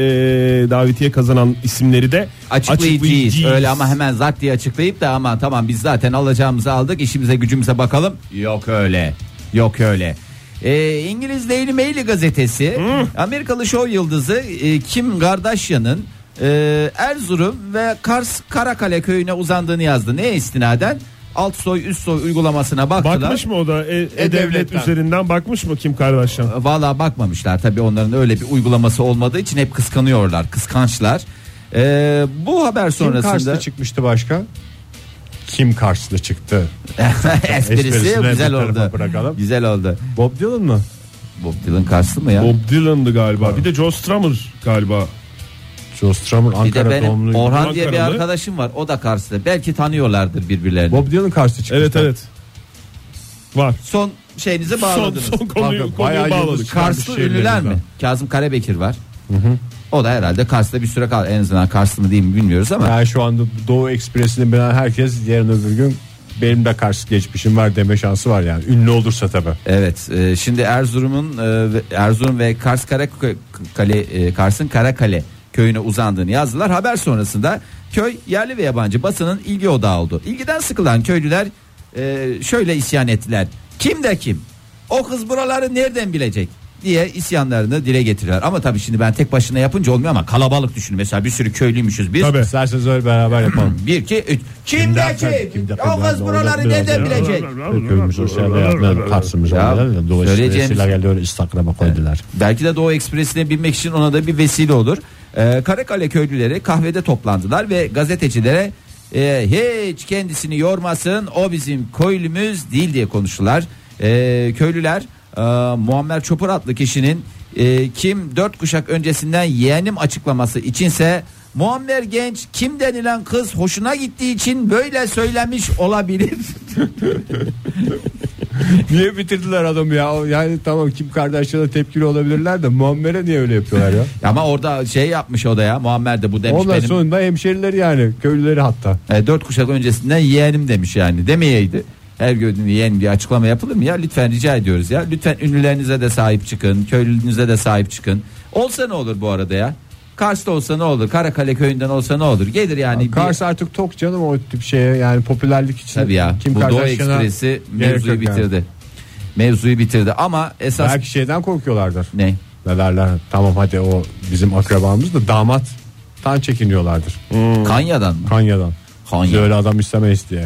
Speaker 4: davetiye kazanan isimleri de
Speaker 3: Açıklayacağız. Öyle ama hemen zart diye açıklayıp da ama tamam biz zaten alacağımızı aldık. işimize gücümüze bakalım. Yok öyle. Yok öyle. Ee, İngiliz Daily Mail gazetesi Amerikalı show yıldızı e, Kim Kardashian'ın e, Erzurum ve Kars Karakale köyüne uzandığını yazdı. Neye istinaden? Alt soy üst soy uygulamasına baktılar.
Speaker 4: Bakmış mı o da e- e-devlet
Speaker 2: E-Devlet'ten.
Speaker 4: üzerinden bakmış mı Kim Kardashian?
Speaker 3: Valla bakmamışlar tabii onların öyle bir uygulaması olmadığı için hep kıskanıyorlar, kıskançlar. Ee, bu haber
Speaker 2: Kim
Speaker 3: sonrasında
Speaker 2: Kars'ta çıkmıştı başka? Kim Kars'ta çıktı?
Speaker 3: esprisi
Speaker 2: Esprisini
Speaker 3: güzel
Speaker 2: bir tarafa
Speaker 3: oldu.
Speaker 2: bırakalım.
Speaker 3: Güzel oldu.
Speaker 2: Bob Dylan mı?
Speaker 3: Bob Dylan Karslı mı ya?
Speaker 4: Bob Dylan'dı galiba. Bir de Joe Strummer galiba.
Speaker 2: Joe Strummer
Speaker 3: bir
Speaker 2: Ankara
Speaker 3: de benim
Speaker 2: doğumlu.
Speaker 3: Orhan diye bir
Speaker 4: Ankaralı.
Speaker 3: arkadaşım var. O da Karslı. Belki tanıyorlardır birbirlerini.
Speaker 2: Bob Dylan Kars'ta çıktı.
Speaker 4: Evet evet. Var.
Speaker 3: Son şeyinizi
Speaker 4: Son,
Speaker 3: bağladınız.
Speaker 4: son konuyu,
Speaker 2: Abi,
Speaker 4: konuyu
Speaker 2: bayağı
Speaker 4: bağladık.
Speaker 2: yıldız.
Speaker 3: Karslı
Speaker 2: Kardeş
Speaker 3: ünlüler mi?
Speaker 2: şehirlerinden.
Speaker 3: Kazım Karabekir var. O da herhalde Kars'ta bir süre kal. En azından Karslı mı değil mi bilmiyoruz ama.
Speaker 2: Yani şu anda Doğu Ekspresi'ni bilen herkes yarın öbür gün benim de Kars geçmişim var deme şansı var yani. Ünlü olursa tabii.
Speaker 3: Evet. e, şimdi Erzurum'un e, ve- Erzurum ve Kars Karakale e, Kars'ın Karakale köyüne uzandığını yazdılar. Haber sonrasında köy yerli ve yabancı basının ilgi odağı oldu. İlgiden sıkılan köylüler e, şöyle isyan ettiler. Kim de kim? O kız buraları nereden bilecek? diye isyanlarını dile getiriyorlar. Ama tabii şimdi ben tek başına yapınca olmuyor ama kalabalık düşünün. Mesela bir sürü köylüymüşüz biz.
Speaker 4: Tabii.
Speaker 2: İsterseniz öyle beraber yapalım.
Speaker 3: Bir iki üç. Kim de kim?
Speaker 2: Kim de kim?
Speaker 3: O kız buraları nereden bilecek?
Speaker 2: Köyümüz sosyal hayatına Kars'ımız
Speaker 3: Ya,
Speaker 2: var. Doğu
Speaker 3: söyleyeceğimiz-
Speaker 2: Ekspresi'yle geldi öyle Instagram'a koydular.
Speaker 3: Belki de Doğu Ekspresi'ne binmek için ona da bir vesile olur. Ee, Karakale köylüleri kahvede toplandılar ve gazetecilere e, hiç kendisini yormasın o bizim köylümüz değil diye konuştular. Ee, köylüler e, Muammer Çopur adlı kişinin e, kim dört kuşak öncesinden yeğenim açıklaması içinse Muammer Genç kim denilen kız hoşuna gittiği için böyle söylemiş olabilir.
Speaker 2: Niye bitirdiler adamı ya? Yani tamam Kim Kardashian'a tepkili olabilirler de Muammer'e niye öyle yapıyorlar ya?
Speaker 3: Ama orada şey yapmış o da ya Muammer de bu demiş
Speaker 2: Ondan
Speaker 3: benim.
Speaker 2: sonunda hemşerileri yani köylüleri hatta.
Speaker 3: E, dört kuşak öncesinden yeğenim demiş yani demeyeydi. Her gördüğünü yeğen diye açıklama yapılır mı ya? Lütfen rica ediyoruz ya. Lütfen ünlülerinize de sahip çıkın. Köylünüze de sahip çıkın. Olsa ne olur bu arada ya? Kars'ta olsa ne olur? Karakale köyünden olsa ne olur? Gelir yani. bir-
Speaker 2: Kars artık tok canım o tip şeye yani popülerlik için.
Speaker 3: Tabii ya.
Speaker 2: Kim
Speaker 3: bu Doğu
Speaker 2: Kardashian'a
Speaker 3: Ekspresi
Speaker 2: gerek
Speaker 3: mevzuyu
Speaker 2: yok yani.
Speaker 3: bitirdi. Mevzuyu bitirdi ama esas
Speaker 2: Belki şeyden korkuyorlardır.
Speaker 3: ne?
Speaker 2: Ne derler? Tamam hadi o bizim akrabamız da damattan çekiniyorlardır.
Speaker 3: Kanya'dan mı?
Speaker 2: Kanya'dan.
Speaker 3: Kanya.
Speaker 2: Biz öyle adam istemeyiz diye.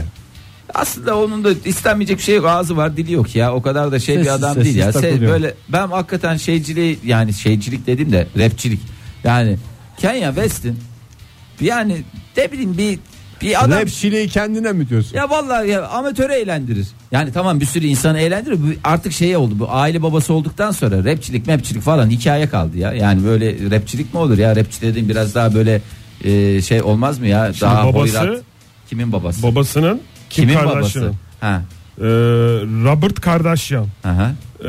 Speaker 3: Aslında onun da istenmeyecek bir şey yok. Ağzı var dili yok ya. O kadar da şey bir
Speaker 2: Sessiz
Speaker 3: adam
Speaker 2: sessiz
Speaker 3: değil ya. Se-
Speaker 2: takılıyor.
Speaker 3: böyle ben hakikaten şeyciliği yani şeycilik dedim de rapçilik. Yani Kenya West'in yani ne bileyim bir bir adam
Speaker 2: Rapçiliği kendine mi diyorsun?
Speaker 3: ya vallahi ya amatörü eğlendirir. Yani tamam bir sürü insanı eğlendirir. Bu artık şey oldu bu aile babası olduktan sonra rapçilik mepçilik falan hikaye kaldı ya. Yani böyle rapçilik mi olur ya? Rapçi dediğin biraz daha böyle e, şey olmaz mı ya? daha
Speaker 4: babası-
Speaker 3: hoyrat. Kimin babası?
Speaker 4: Babasının Kim
Speaker 3: Kimin babası?
Speaker 4: Kardashian'ın.
Speaker 3: Ha.
Speaker 4: Ee, Robert Kardashian.
Speaker 3: Aha.
Speaker 4: Ee,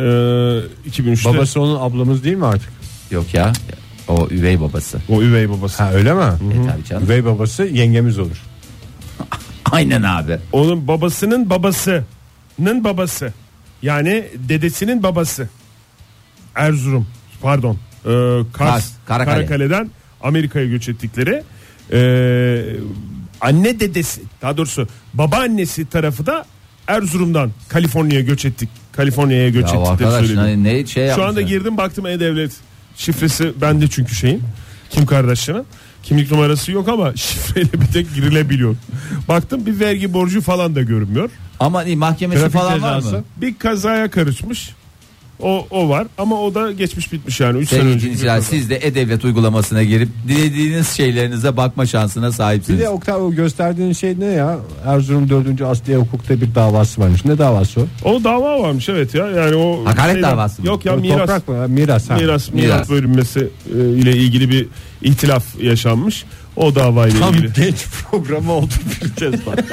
Speaker 4: 2003'te.
Speaker 2: Babası onun ablamız değil mi artık?
Speaker 3: Yok ya. O üvey babası.
Speaker 4: O üvey babası.
Speaker 2: Ha öyle mi?
Speaker 3: E tabii canım.
Speaker 2: Üvey babası yengemiz olur.
Speaker 3: Aynen abi.
Speaker 4: Onun babasının babasının babası. Yani dedesinin babası. Erzurum pardon. Ee, Kars,
Speaker 3: Kars, Karakale.
Speaker 4: Karakale'den Amerika'ya göç ettikleri ee, anne dedesi daha doğrusu babaannesi tarafı da Erzurum'dan Kaliforniya'ya göç ettik. Kaliforniya'ya göç
Speaker 3: Ya
Speaker 4: ettik de
Speaker 3: arkadaş
Speaker 4: söyledi.
Speaker 3: hani ne şey
Speaker 4: Şu
Speaker 3: yapmış
Speaker 4: anda
Speaker 3: ya?
Speaker 4: girdim baktım E-Devlet şifresi bende çünkü şeyin. Kim kardeşinin. Kimlik numarası yok ama şifreyle bir tek girilebiliyor. Baktım bir vergi borcu falan da görünmüyor.
Speaker 3: Ama iyi, mahkemesi
Speaker 2: Trafik
Speaker 3: falan var
Speaker 2: cezası.
Speaker 3: mı?
Speaker 4: Bir kazaya karışmış. O, o var ama o da geçmiş bitmiş yani 3 sene
Speaker 3: Sevgili
Speaker 4: önce.
Speaker 3: dinleyiciler
Speaker 2: şey
Speaker 3: siz de e-devlet uygulamasına girip dilediğiniz şeylerinize bakma şansına
Speaker 2: Bir
Speaker 3: sahipsiniz.
Speaker 2: de Oktay o gösterdiğin şey ne ya? Erzurum 4. Asliye Hukuk'ta bir davası varmış. Ne davası o?
Speaker 4: O dava varmış evet ya. Yani o
Speaker 3: Hakaret davası mı?
Speaker 4: Yok ya
Speaker 2: O
Speaker 4: miras.
Speaker 2: Toprak mı? Miras. Ha.
Speaker 4: Miras, miras,
Speaker 3: Miras.
Speaker 4: bölünmesi e, ile ilgili bir ihtilaf yaşanmış. O davayla
Speaker 2: Tam
Speaker 4: ilgili.
Speaker 2: genç programı oldu bir kez bak.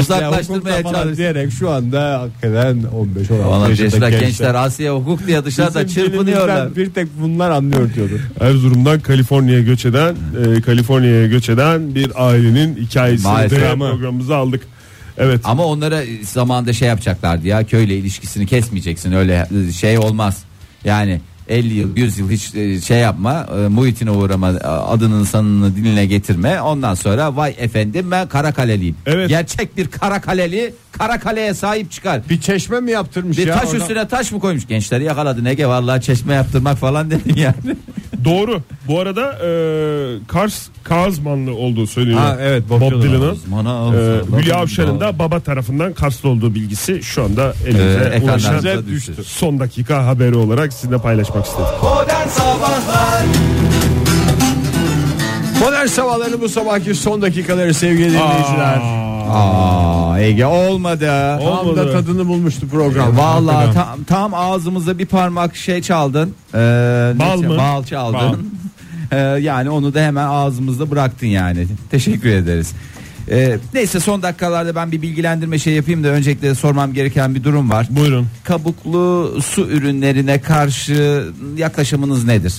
Speaker 3: Uzaklaştırmaya
Speaker 2: falan
Speaker 3: çalışıyor.
Speaker 2: diyerek şu anda hakikaten 15
Speaker 3: Valla
Speaker 2: 16 yaşında
Speaker 3: gençler,
Speaker 2: gençler.
Speaker 3: gençler Asya hukuk diye dışarıda
Speaker 2: Bizim
Speaker 3: çırpınıyorlar.
Speaker 2: dilimizden Bir tek bunlar anlıyor diyordu.
Speaker 4: Erzurum'dan Kaliforniya'ya göç eden, e, Kaliforniya'ya göç eden bir ailenin hikayesini
Speaker 3: Maalesef.
Speaker 4: de programımıza aldık. Evet.
Speaker 3: Ama onlara zamanda şey yapacaklardı ya köyle ilişkisini kesmeyeceksin öyle şey olmaz. Yani 50 yıl 100 yıl hiç e, şey yapma e, muhitine uğrama e, adının sanını diline getirme ondan sonra vay efendim ben Karakaleliyim.
Speaker 4: Evet.
Speaker 3: Gerçek bir Karakaleli Karakale'ye sahip çıkar.
Speaker 2: Bir çeşme mi yaptırmış
Speaker 3: Bir
Speaker 4: şey
Speaker 2: ya?
Speaker 3: taş
Speaker 2: Ona-
Speaker 3: üstüne taş mı koymuş gençleri yakaladı Ege vallahi çeşme yaptırmak falan dedin yani.
Speaker 4: Doğru. Bu arada e, Kars Kazmanlı olduğu söyleniyor.
Speaker 2: Ha, evet, Bob
Speaker 4: Bob,
Speaker 2: Dylan'ın.
Speaker 4: Dylan'ın.
Speaker 3: Bana
Speaker 4: E,
Speaker 3: Allah
Speaker 4: Hülya
Speaker 3: Allah.
Speaker 4: Avşar'ın da baba tarafından Karslı olduğu bilgisi şu anda
Speaker 3: Ee,
Speaker 4: elimize
Speaker 3: ekranlarımıza
Speaker 4: ulaşınca
Speaker 3: düştü.
Speaker 4: düştü. Son dakika haberi olarak sizinle paylaşmak istedim.
Speaker 2: Modern sabahların bu sabahki son dakikaları sevgili dinleyiciler.
Speaker 3: Aa, Ege olmadı.
Speaker 2: Tam da
Speaker 4: olmadı.
Speaker 2: tadını bulmuştu program.
Speaker 3: Vallahi tam, tam ağzımıza bir parmak şey çaldın. Ee,
Speaker 4: Bal
Speaker 3: neyse,
Speaker 4: mı?
Speaker 3: Bal çaldın.
Speaker 4: Bal.
Speaker 3: Ee, yani onu da hemen ağzımızda bıraktın yani. Teşekkür ederiz. Ee, neyse son dakikalarda ben bir bilgilendirme şey yapayım da öncelikle sormam gereken bir durum var.
Speaker 4: Buyurun.
Speaker 3: Kabuklu su ürünlerine karşı yaklaşımınız nedir?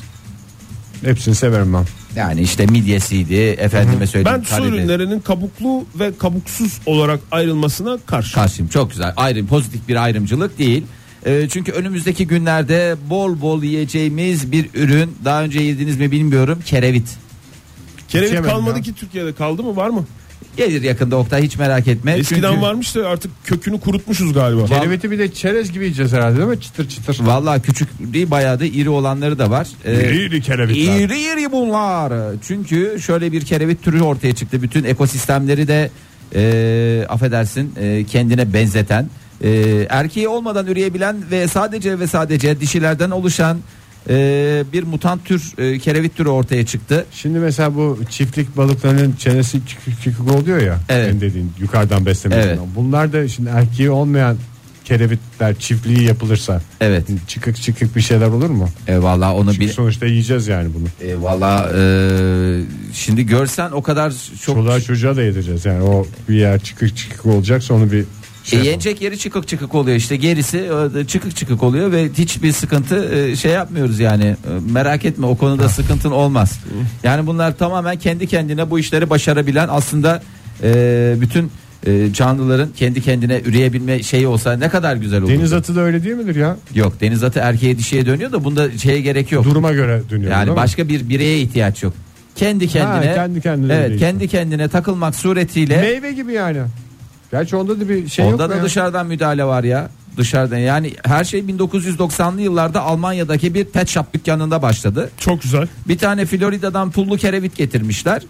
Speaker 2: Hepsini severim ben.
Speaker 3: Yani işte midyesiydi efendime söyleyeyim.
Speaker 4: Ben su
Speaker 3: karides-
Speaker 4: ürünlerinin kabuklu ve kabuksuz olarak ayrılmasına karşı.
Speaker 3: karşıyım. Çok güzel. Ayrım pozitif bir ayrımcılık değil. Ee, çünkü önümüzdeki günlerde bol bol yiyeceğimiz bir ürün. Daha önce yediniz mi bilmiyorum. Kerevit.
Speaker 4: Kerevit
Speaker 2: İçemem
Speaker 4: kalmadı
Speaker 2: ya.
Speaker 4: ki Türkiye'de kaldı mı var mı?
Speaker 3: Gelir yakında Oktay hiç merak etme.
Speaker 4: Eskiden
Speaker 3: Çünkü-
Speaker 4: varmış da artık kökünü kurutmuşuz galiba.
Speaker 2: Kereveti bir de çerez gibi yiyeceğiz herhalde değil mi? Çıtır çıtır.
Speaker 3: Vallahi küçük değil bayağı da iri olanları da var. Ee,
Speaker 4: iri kerevitler.
Speaker 3: İri iri bunlar. Çünkü şöyle bir kerevit türü ortaya çıktı. Bütün ekosistemleri de e, affedersin e, kendine benzeten, e, erkeği olmadan üreyebilen ve sadece ve sadece dişilerden oluşan e, bir mutant tür e, kerevit türü ortaya çıktı.
Speaker 2: Şimdi mesela bu çiftlik balıklarının çenesi çıkık çıkık oluyor ya.
Speaker 3: Evet.
Speaker 2: Senin dediğin yukarıdan beslemesinden.
Speaker 3: Evet.
Speaker 2: Bunlar da şimdi erkeği olmayan kerevitler çiftliği yapılırsa.
Speaker 3: Evet.
Speaker 2: Çıkık çıkık bir şeyler olur mu?
Speaker 3: E, Valla onu
Speaker 2: Çünkü
Speaker 3: bir
Speaker 2: sonuçta yiyeceğiz yani bunu.
Speaker 3: e, valla e, şimdi görsen o kadar çok
Speaker 2: Çoluğa çocuğa da yedireceğiz yani o bir yer çıkık çıkık olacaksa onu bir şey
Speaker 3: E,
Speaker 2: yapalım.
Speaker 3: yenecek yeri çıkık çıkık oluyor işte gerisi e, çıkık çıkık oluyor ve hiçbir sıkıntı e, şey yapmıyoruz yani E, merak etme o konuda sıkıntın olmaz. Yani bunlar tamamen kendi kendine bu işleri başarabilen aslında e, bütün e, canlıların kendi kendine üreyebilme şeyi olsa ne kadar güzel olur.
Speaker 2: Deniz atı da öyle değil midir ya?
Speaker 3: Yok deniz atı erkeğe dişiye dönüyor da bunda şeye gerek yok.
Speaker 2: Duruma göre dönüyor. değil
Speaker 3: Yani
Speaker 2: mi?
Speaker 3: başka bir bireye ihtiyaç yok. Kendi kendine
Speaker 2: kendi kendine
Speaker 3: Evet,
Speaker 2: değil.
Speaker 3: kendi kendine takılmak suretiyle
Speaker 2: meyve gibi yani. Gerçi onda da bir şey
Speaker 3: Onda
Speaker 2: yok mu
Speaker 3: da
Speaker 2: ya?
Speaker 3: dışarıdan müdahale var ya. Dışarıdan yani her şey 1990'lı yıllarda Almanya'daki bir pet shop dükkanında başladı.
Speaker 4: Çok güzel.
Speaker 3: Bir tane Florida'dan pullu kerevit getirmişler.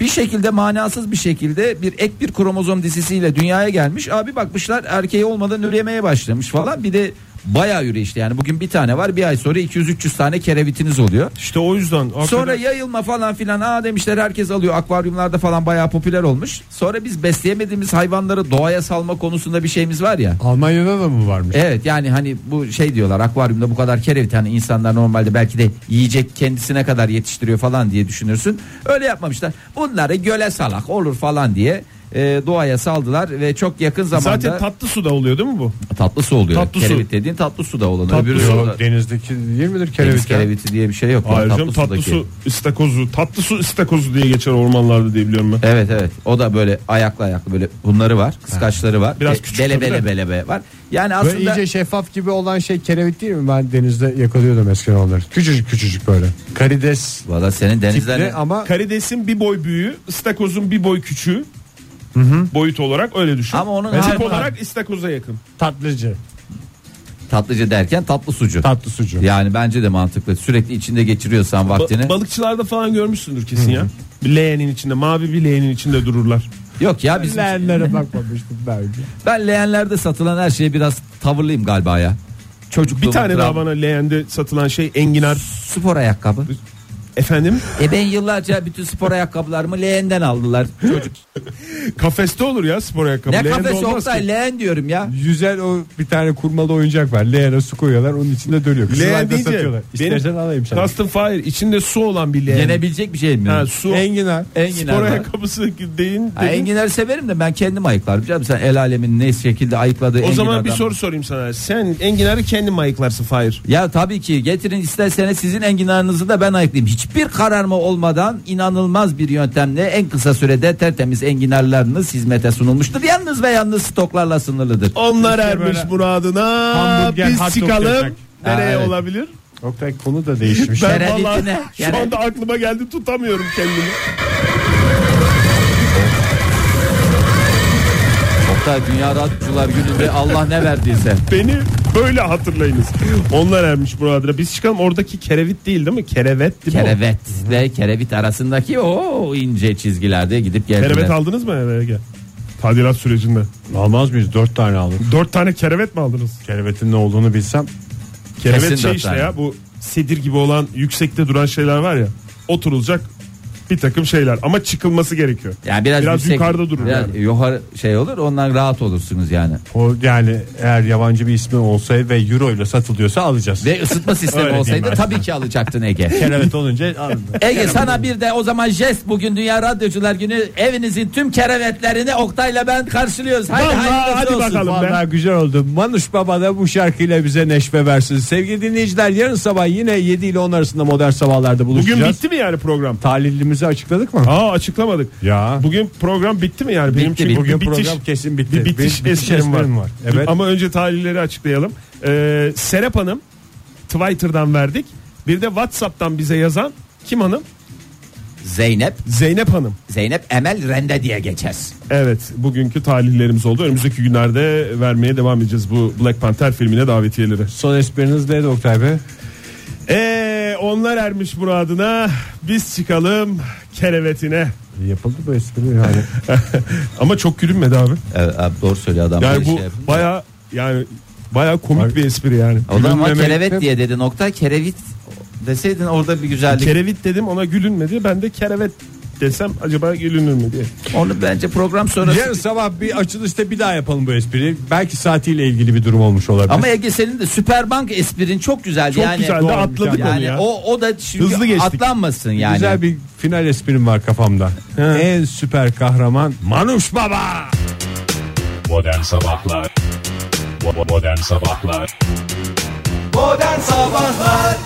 Speaker 3: Bir şekilde manasız bir şekilde bir ek bir kromozom dizisiyle dünyaya gelmiş. Abi bakmışlar erkeği olmadan üremeye başlamış falan. Bir de bayağı yürüyüştü yani bugün bir tane var bir ay sonra 200-300 tane kerevitiniz oluyor.
Speaker 4: İşte o yüzden
Speaker 3: Sonra
Speaker 4: hakikaten-
Speaker 3: yayılma falan filan aa demişler herkes alıyor akvaryumlarda falan bayağı popüler olmuş. Sonra biz besleyemediğimiz hayvanları doğaya salma konusunda bir şeyimiz var ya.
Speaker 2: Almanya'da da mı varmış?
Speaker 3: Evet yani hani bu şey diyorlar akvaryumda bu kadar kerevit hani insanlar normalde belki de yiyecek kendisine kadar yetiştiriyor falan diye düşünürsün. Öyle yapmamışlar. Bunları göle salak olur falan diye e, doğaya saldılar ve çok yakın zamanda
Speaker 4: Zaten tatlı su da oluyor değil mi bu?
Speaker 3: tatlı su oluyor.
Speaker 4: Tatlı su.
Speaker 3: kerevit dediğin tatlı suda olan.
Speaker 4: Tatlı
Speaker 3: öbürü
Speaker 4: su.
Speaker 3: suda-
Speaker 2: Yok, denizdeki değil midir kerevit?
Speaker 3: Deniz
Speaker 2: ya?
Speaker 3: kereviti diye bir şey yok.
Speaker 4: Ayrıca tatlı,
Speaker 3: sudaki.
Speaker 4: su istakozu. Tatlı su istakozu diye geçer ormanlarda diye biliyorum ben.
Speaker 3: Evet evet. O da böyle ayaklı ayaklı böyle bunları var. Kıskaçları var.
Speaker 4: Biraz
Speaker 3: Be-
Speaker 4: küçük
Speaker 3: bele
Speaker 4: tabii
Speaker 3: bele
Speaker 4: de.
Speaker 3: bele bele var. Yani
Speaker 2: Böyle
Speaker 3: aslında
Speaker 2: iyice şeffaf gibi olan şey kerevit değil mi? Ben denizde yakalıyordum eskiden onları. Küçücük küçücük böyle. Karides
Speaker 3: Valla senin
Speaker 2: tipli
Speaker 3: denizlerine
Speaker 2: ama
Speaker 4: Karidesin bir boy büyüğü, istakozun bir boy küçüğü. Boyut olarak öyle düşün.
Speaker 3: Ama onun
Speaker 4: Ve tip
Speaker 3: harbi-
Speaker 4: olarak istakoza yakın.
Speaker 2: tatlıcı.
Speaker 3: tatlıcı derken tatlı sucu.
Speaker 2: Tatlı sucu.
Speaker 3: Yani bence de mantıklı. Sürekli içinde geçiriyorsan
Speaker 4: Ba-
Speaker 3: vaktini.
Speaker 4: balıkçılarda falan görmüşsündür kesin ya. Bir leğenin içinde, mavi bir leğenin içinde dururlar.
Speaker 3: Yok ya bizim
Speaker 2: Leğenlere bakmamıştım daha önce.
Speaker 3: ben leğenlerde satılan her şeye biraz tavırlıyım galiba ya. Çocuk
Speaker 4: Bir tane daha bana leğende satılan şey enginar.
Speaker 3: spor ayakkabı.
Speaker 4: Efendim?
Speaker 3: E ben yıllarca bütün spor ayakkabılarımı leğenden aldılar. Çocuk.
Speaker 4: Kafeste olur ya spor ayakkabı.
Speaker 3: ne
Speaker 4: Leğende
Speaker 3: kafesi
Speaker 4: olmaz ki.
Speaker 3: Oktay leğen diyorum ya.
Speaker 2: Yüzel o bir tane kurmalı oyuncak var. Leğene su koyuyorlar onun içinde dönüyor.
Speaker 4: Leğen
Speaker 2: Kızılay'da
Speaker 4: deyince
Speaker 2: satıyorlar.
Speaker 4: benim
Speaker 2: İstersen alayım sana.
Speaker 4: Custom Fire içinde su olan bir leğen.
Speaker 3: Yenebilecek bir şey mi?
Speaker 4: Ha, su.
Speaker 2: Enginar.
Speaker 3: Enginar
Speaker 4: spor
Speaker 3: var.
Speaker 4: ayakkabısı deyin.
Speaker 3: Ha,
Speaker 4: dedin.
Speaker 3: enginar severim de ben kendim ayıklarım canım. Sen el alemin ne şekilde ayıkladığı
Speaker 4: O zaman bir
Speaker 3: enginardan-
Speaker 4: soru sorayım sana. Sen enginarı kendin mi ayıklarsın Fahir?
Speaker 3: Ya tabii ki getirin isterseniz sizin enginarınızı da ben ayıklayayım. Hiçbir kararma olmadan inanılmaz bir yöntemle en kısa sürede tertemiz enginarlarınız hizmete sunulmuştur. Yalnız ve yalnız stoklarla sınırlıdır.
Speaker 4: Onlar
Speaker 2: Keşke
Speaker 4: ermiş
Speaker 2: böyle
Speaker 4: muradına.
Speaker 2: hamburger, hot dog
Speaker 4: Biz
Speaker 2: yapsak.
Speaker 4: çıkalım.
Speaker 3: Ha,
Speaker 4: Nereye
Speaker 3: evet.
Speaker 4: olabilir?
Speaker 2: Oktay konu da değişmiş.
Speaker 4: Ben
Speaker 3: Kerevitin
Speaker 4: vallahi
Speaker 3: ne?
Speaker 4: şu
Speaker 3: Kerevitin.
Speaker 4: anda aklıma geldi tutamıyorum kendimi.
Speaker 3: Oktay Dünya Radyocular Günü'nde Allah ne verdiyse.
Speaker 4: Beni böyle hatırlayınız. Onlar ermiş buralara. Biz çıkalım oradaki kerevit değil değil mi? Kerevet değil mi? o?
Speaker 3: Kerevet ve kerevit arasındaki o ince çizgilerde gidip geldiler.
Speaker 4: Kerevet aldınız mı eve? Ege? Tadilat sürecinde.
Speaker 2: Almaz mıyız? Dört tane aldık.
Speaker 4: Dört tane kerevet mi aldınız?
Speaker 2: Kerevetin ne olduğunu bilsem.
Speaker 4: Kerevet
Speaker 3: Kesin
Speaker 4: şey
Speaker 3: dört
Speaker 4: işte
Speaker 3: tane.
Speaker 4: ya bu sedir gibi olan yüksekte duran şeyler var ya. Oturulacak bir takım şeyler ama çıkılması gerekiyor.
Speaker 3: Yani biraz,
Speaker 4: Biraz
Speaker 3: yüksek,
Speaker 4: yukarıda durur
Speaker 3: biraz
Speaker 4: yani.
Speaker 3: yukarı şey olur ondan rahat olursunuz yani.
Speaker 2: O yani eğer yabancı bir ismi olsaydı ve euro ile satılıyorsa alacağız.
Speaker 3: Ve ısıtma sistemi
Speaker 2: Öyle diyeyim
Speaker 3: olsaydı
Speaker 2: ben.
Speaker 3: tabii ki alacaktın Ege.
Speaker 2: Kerevet olunca alın.
Speaker 3: Ege sana bir de o zaman jest bugün Dünya Radyocular Günü evinizin tüm kerevetlerini Oktay'la ben karşılıyoruz. Hadi
Speaker 4: Vallahi
Speaker 3: hayırlısı
Speaker 4: hadi
Speaker 3: olsun.
Speaker 4: bakalım. be.
Speaker 2: Vallahi güzel oldu. Manuş Baba da bu şarkıyla bize neşve versin. Sevgili dinleyiciler yarın sabah yine 7 ile 10 arasında modern sabahlarda buluşacağız.
Speaker 4: Bugün bitti mi yani program?
Speaker 2: Talilimizi açıkladık mı?
Speaker 4: Aa açıklamadık.
Speaker 2: Ya.
Speaker 4: Bugün program bitti mi yani? Benim
Speaker 3: Bitti,
Speaker 4: çünkü
Speaker 3: bitti.
Speaker 2: Bugün
Speaker 4: bitiş-
Speaker 2: program kesin bitti.
Speaker 4: Bir bitiş,
Speaker 2: Bir-
Speaker 4: esprim var.
Speaker 2: Evet.
Speaker 4: Ama önce talihleri açıklayalım. Ee, Serap Hanım Twitter'dan verdik. Bir de WhatsApp'tan bize yazan kim hanım?
Speaker 3: Zeynep,
Speaker 4: Zeynep Hanım.
Speaker 3: Zeynep Emel Rende diye geçer.
Speaker 4: Evet bugünkü talihlerimiz oldu. Önümüzdeki günlerde vermeye devam edeceğiz bu Black Panther filmine davetiyeleri.
Speaker 2: Son espriniz neydi Oktay Bey?
Speaker 4: Ee, onlar ermiş muradına biz çıkalım kerevetine.
Speaker 2: Yapıldı bu espri yani.
Speaker 4: Ama çok gülünmedi abi.
Speaker 3: Evet, abi Ee, e, doğru söylüyor adam.
Speaker 4: Yani
Speaker 3: Böyle
Speaker 4: bu
Speaker 3: şey yapın.
Speaker 4: baya yani baya komik bir espri yani.
Speaker 3: o da ama
Speaker 4: Gülünmemek-
Speaker 3: kerevet diye dedin Oktay. Kerevit deseydin orada bir güzellik.
Speaker 4: Kerevit dedim ona gülünmedi. Ben de kerevet desem acaba gülünür mü diye.
Speaker 3: Onu bence program sonrası.
Speaker 2: Yarın sabah bir açılışta bir daha yapalım bu espriyi. Belki saatiyle ilgili bir durum olmuş olabilir.
Speaker 3: Ama Ege senin de Süperbank esprin çok güzeldi.
Speaker 4: Çok
Speaker 3: yani,
Speaker 4: güzel de
Speaker 3: Doğru,
Speaker 4: atladık
Speaker 3: güzel.
Speaker 4: onu
Speaker 3: yani
Speaker 4: ya.
Speaker 3: O, o da çünkü
Speaker 4: Hızlı geçtik.
Speaker 3: atlanmasın yani.
Speaker 2: Güzel bir final esprim var kafamda. En süper kahraman Manuş Baba.
Speaker 7: Modern Sabahlar Bo- bo- Modern Sabahlar
Speaker 8: Modern Sabahlar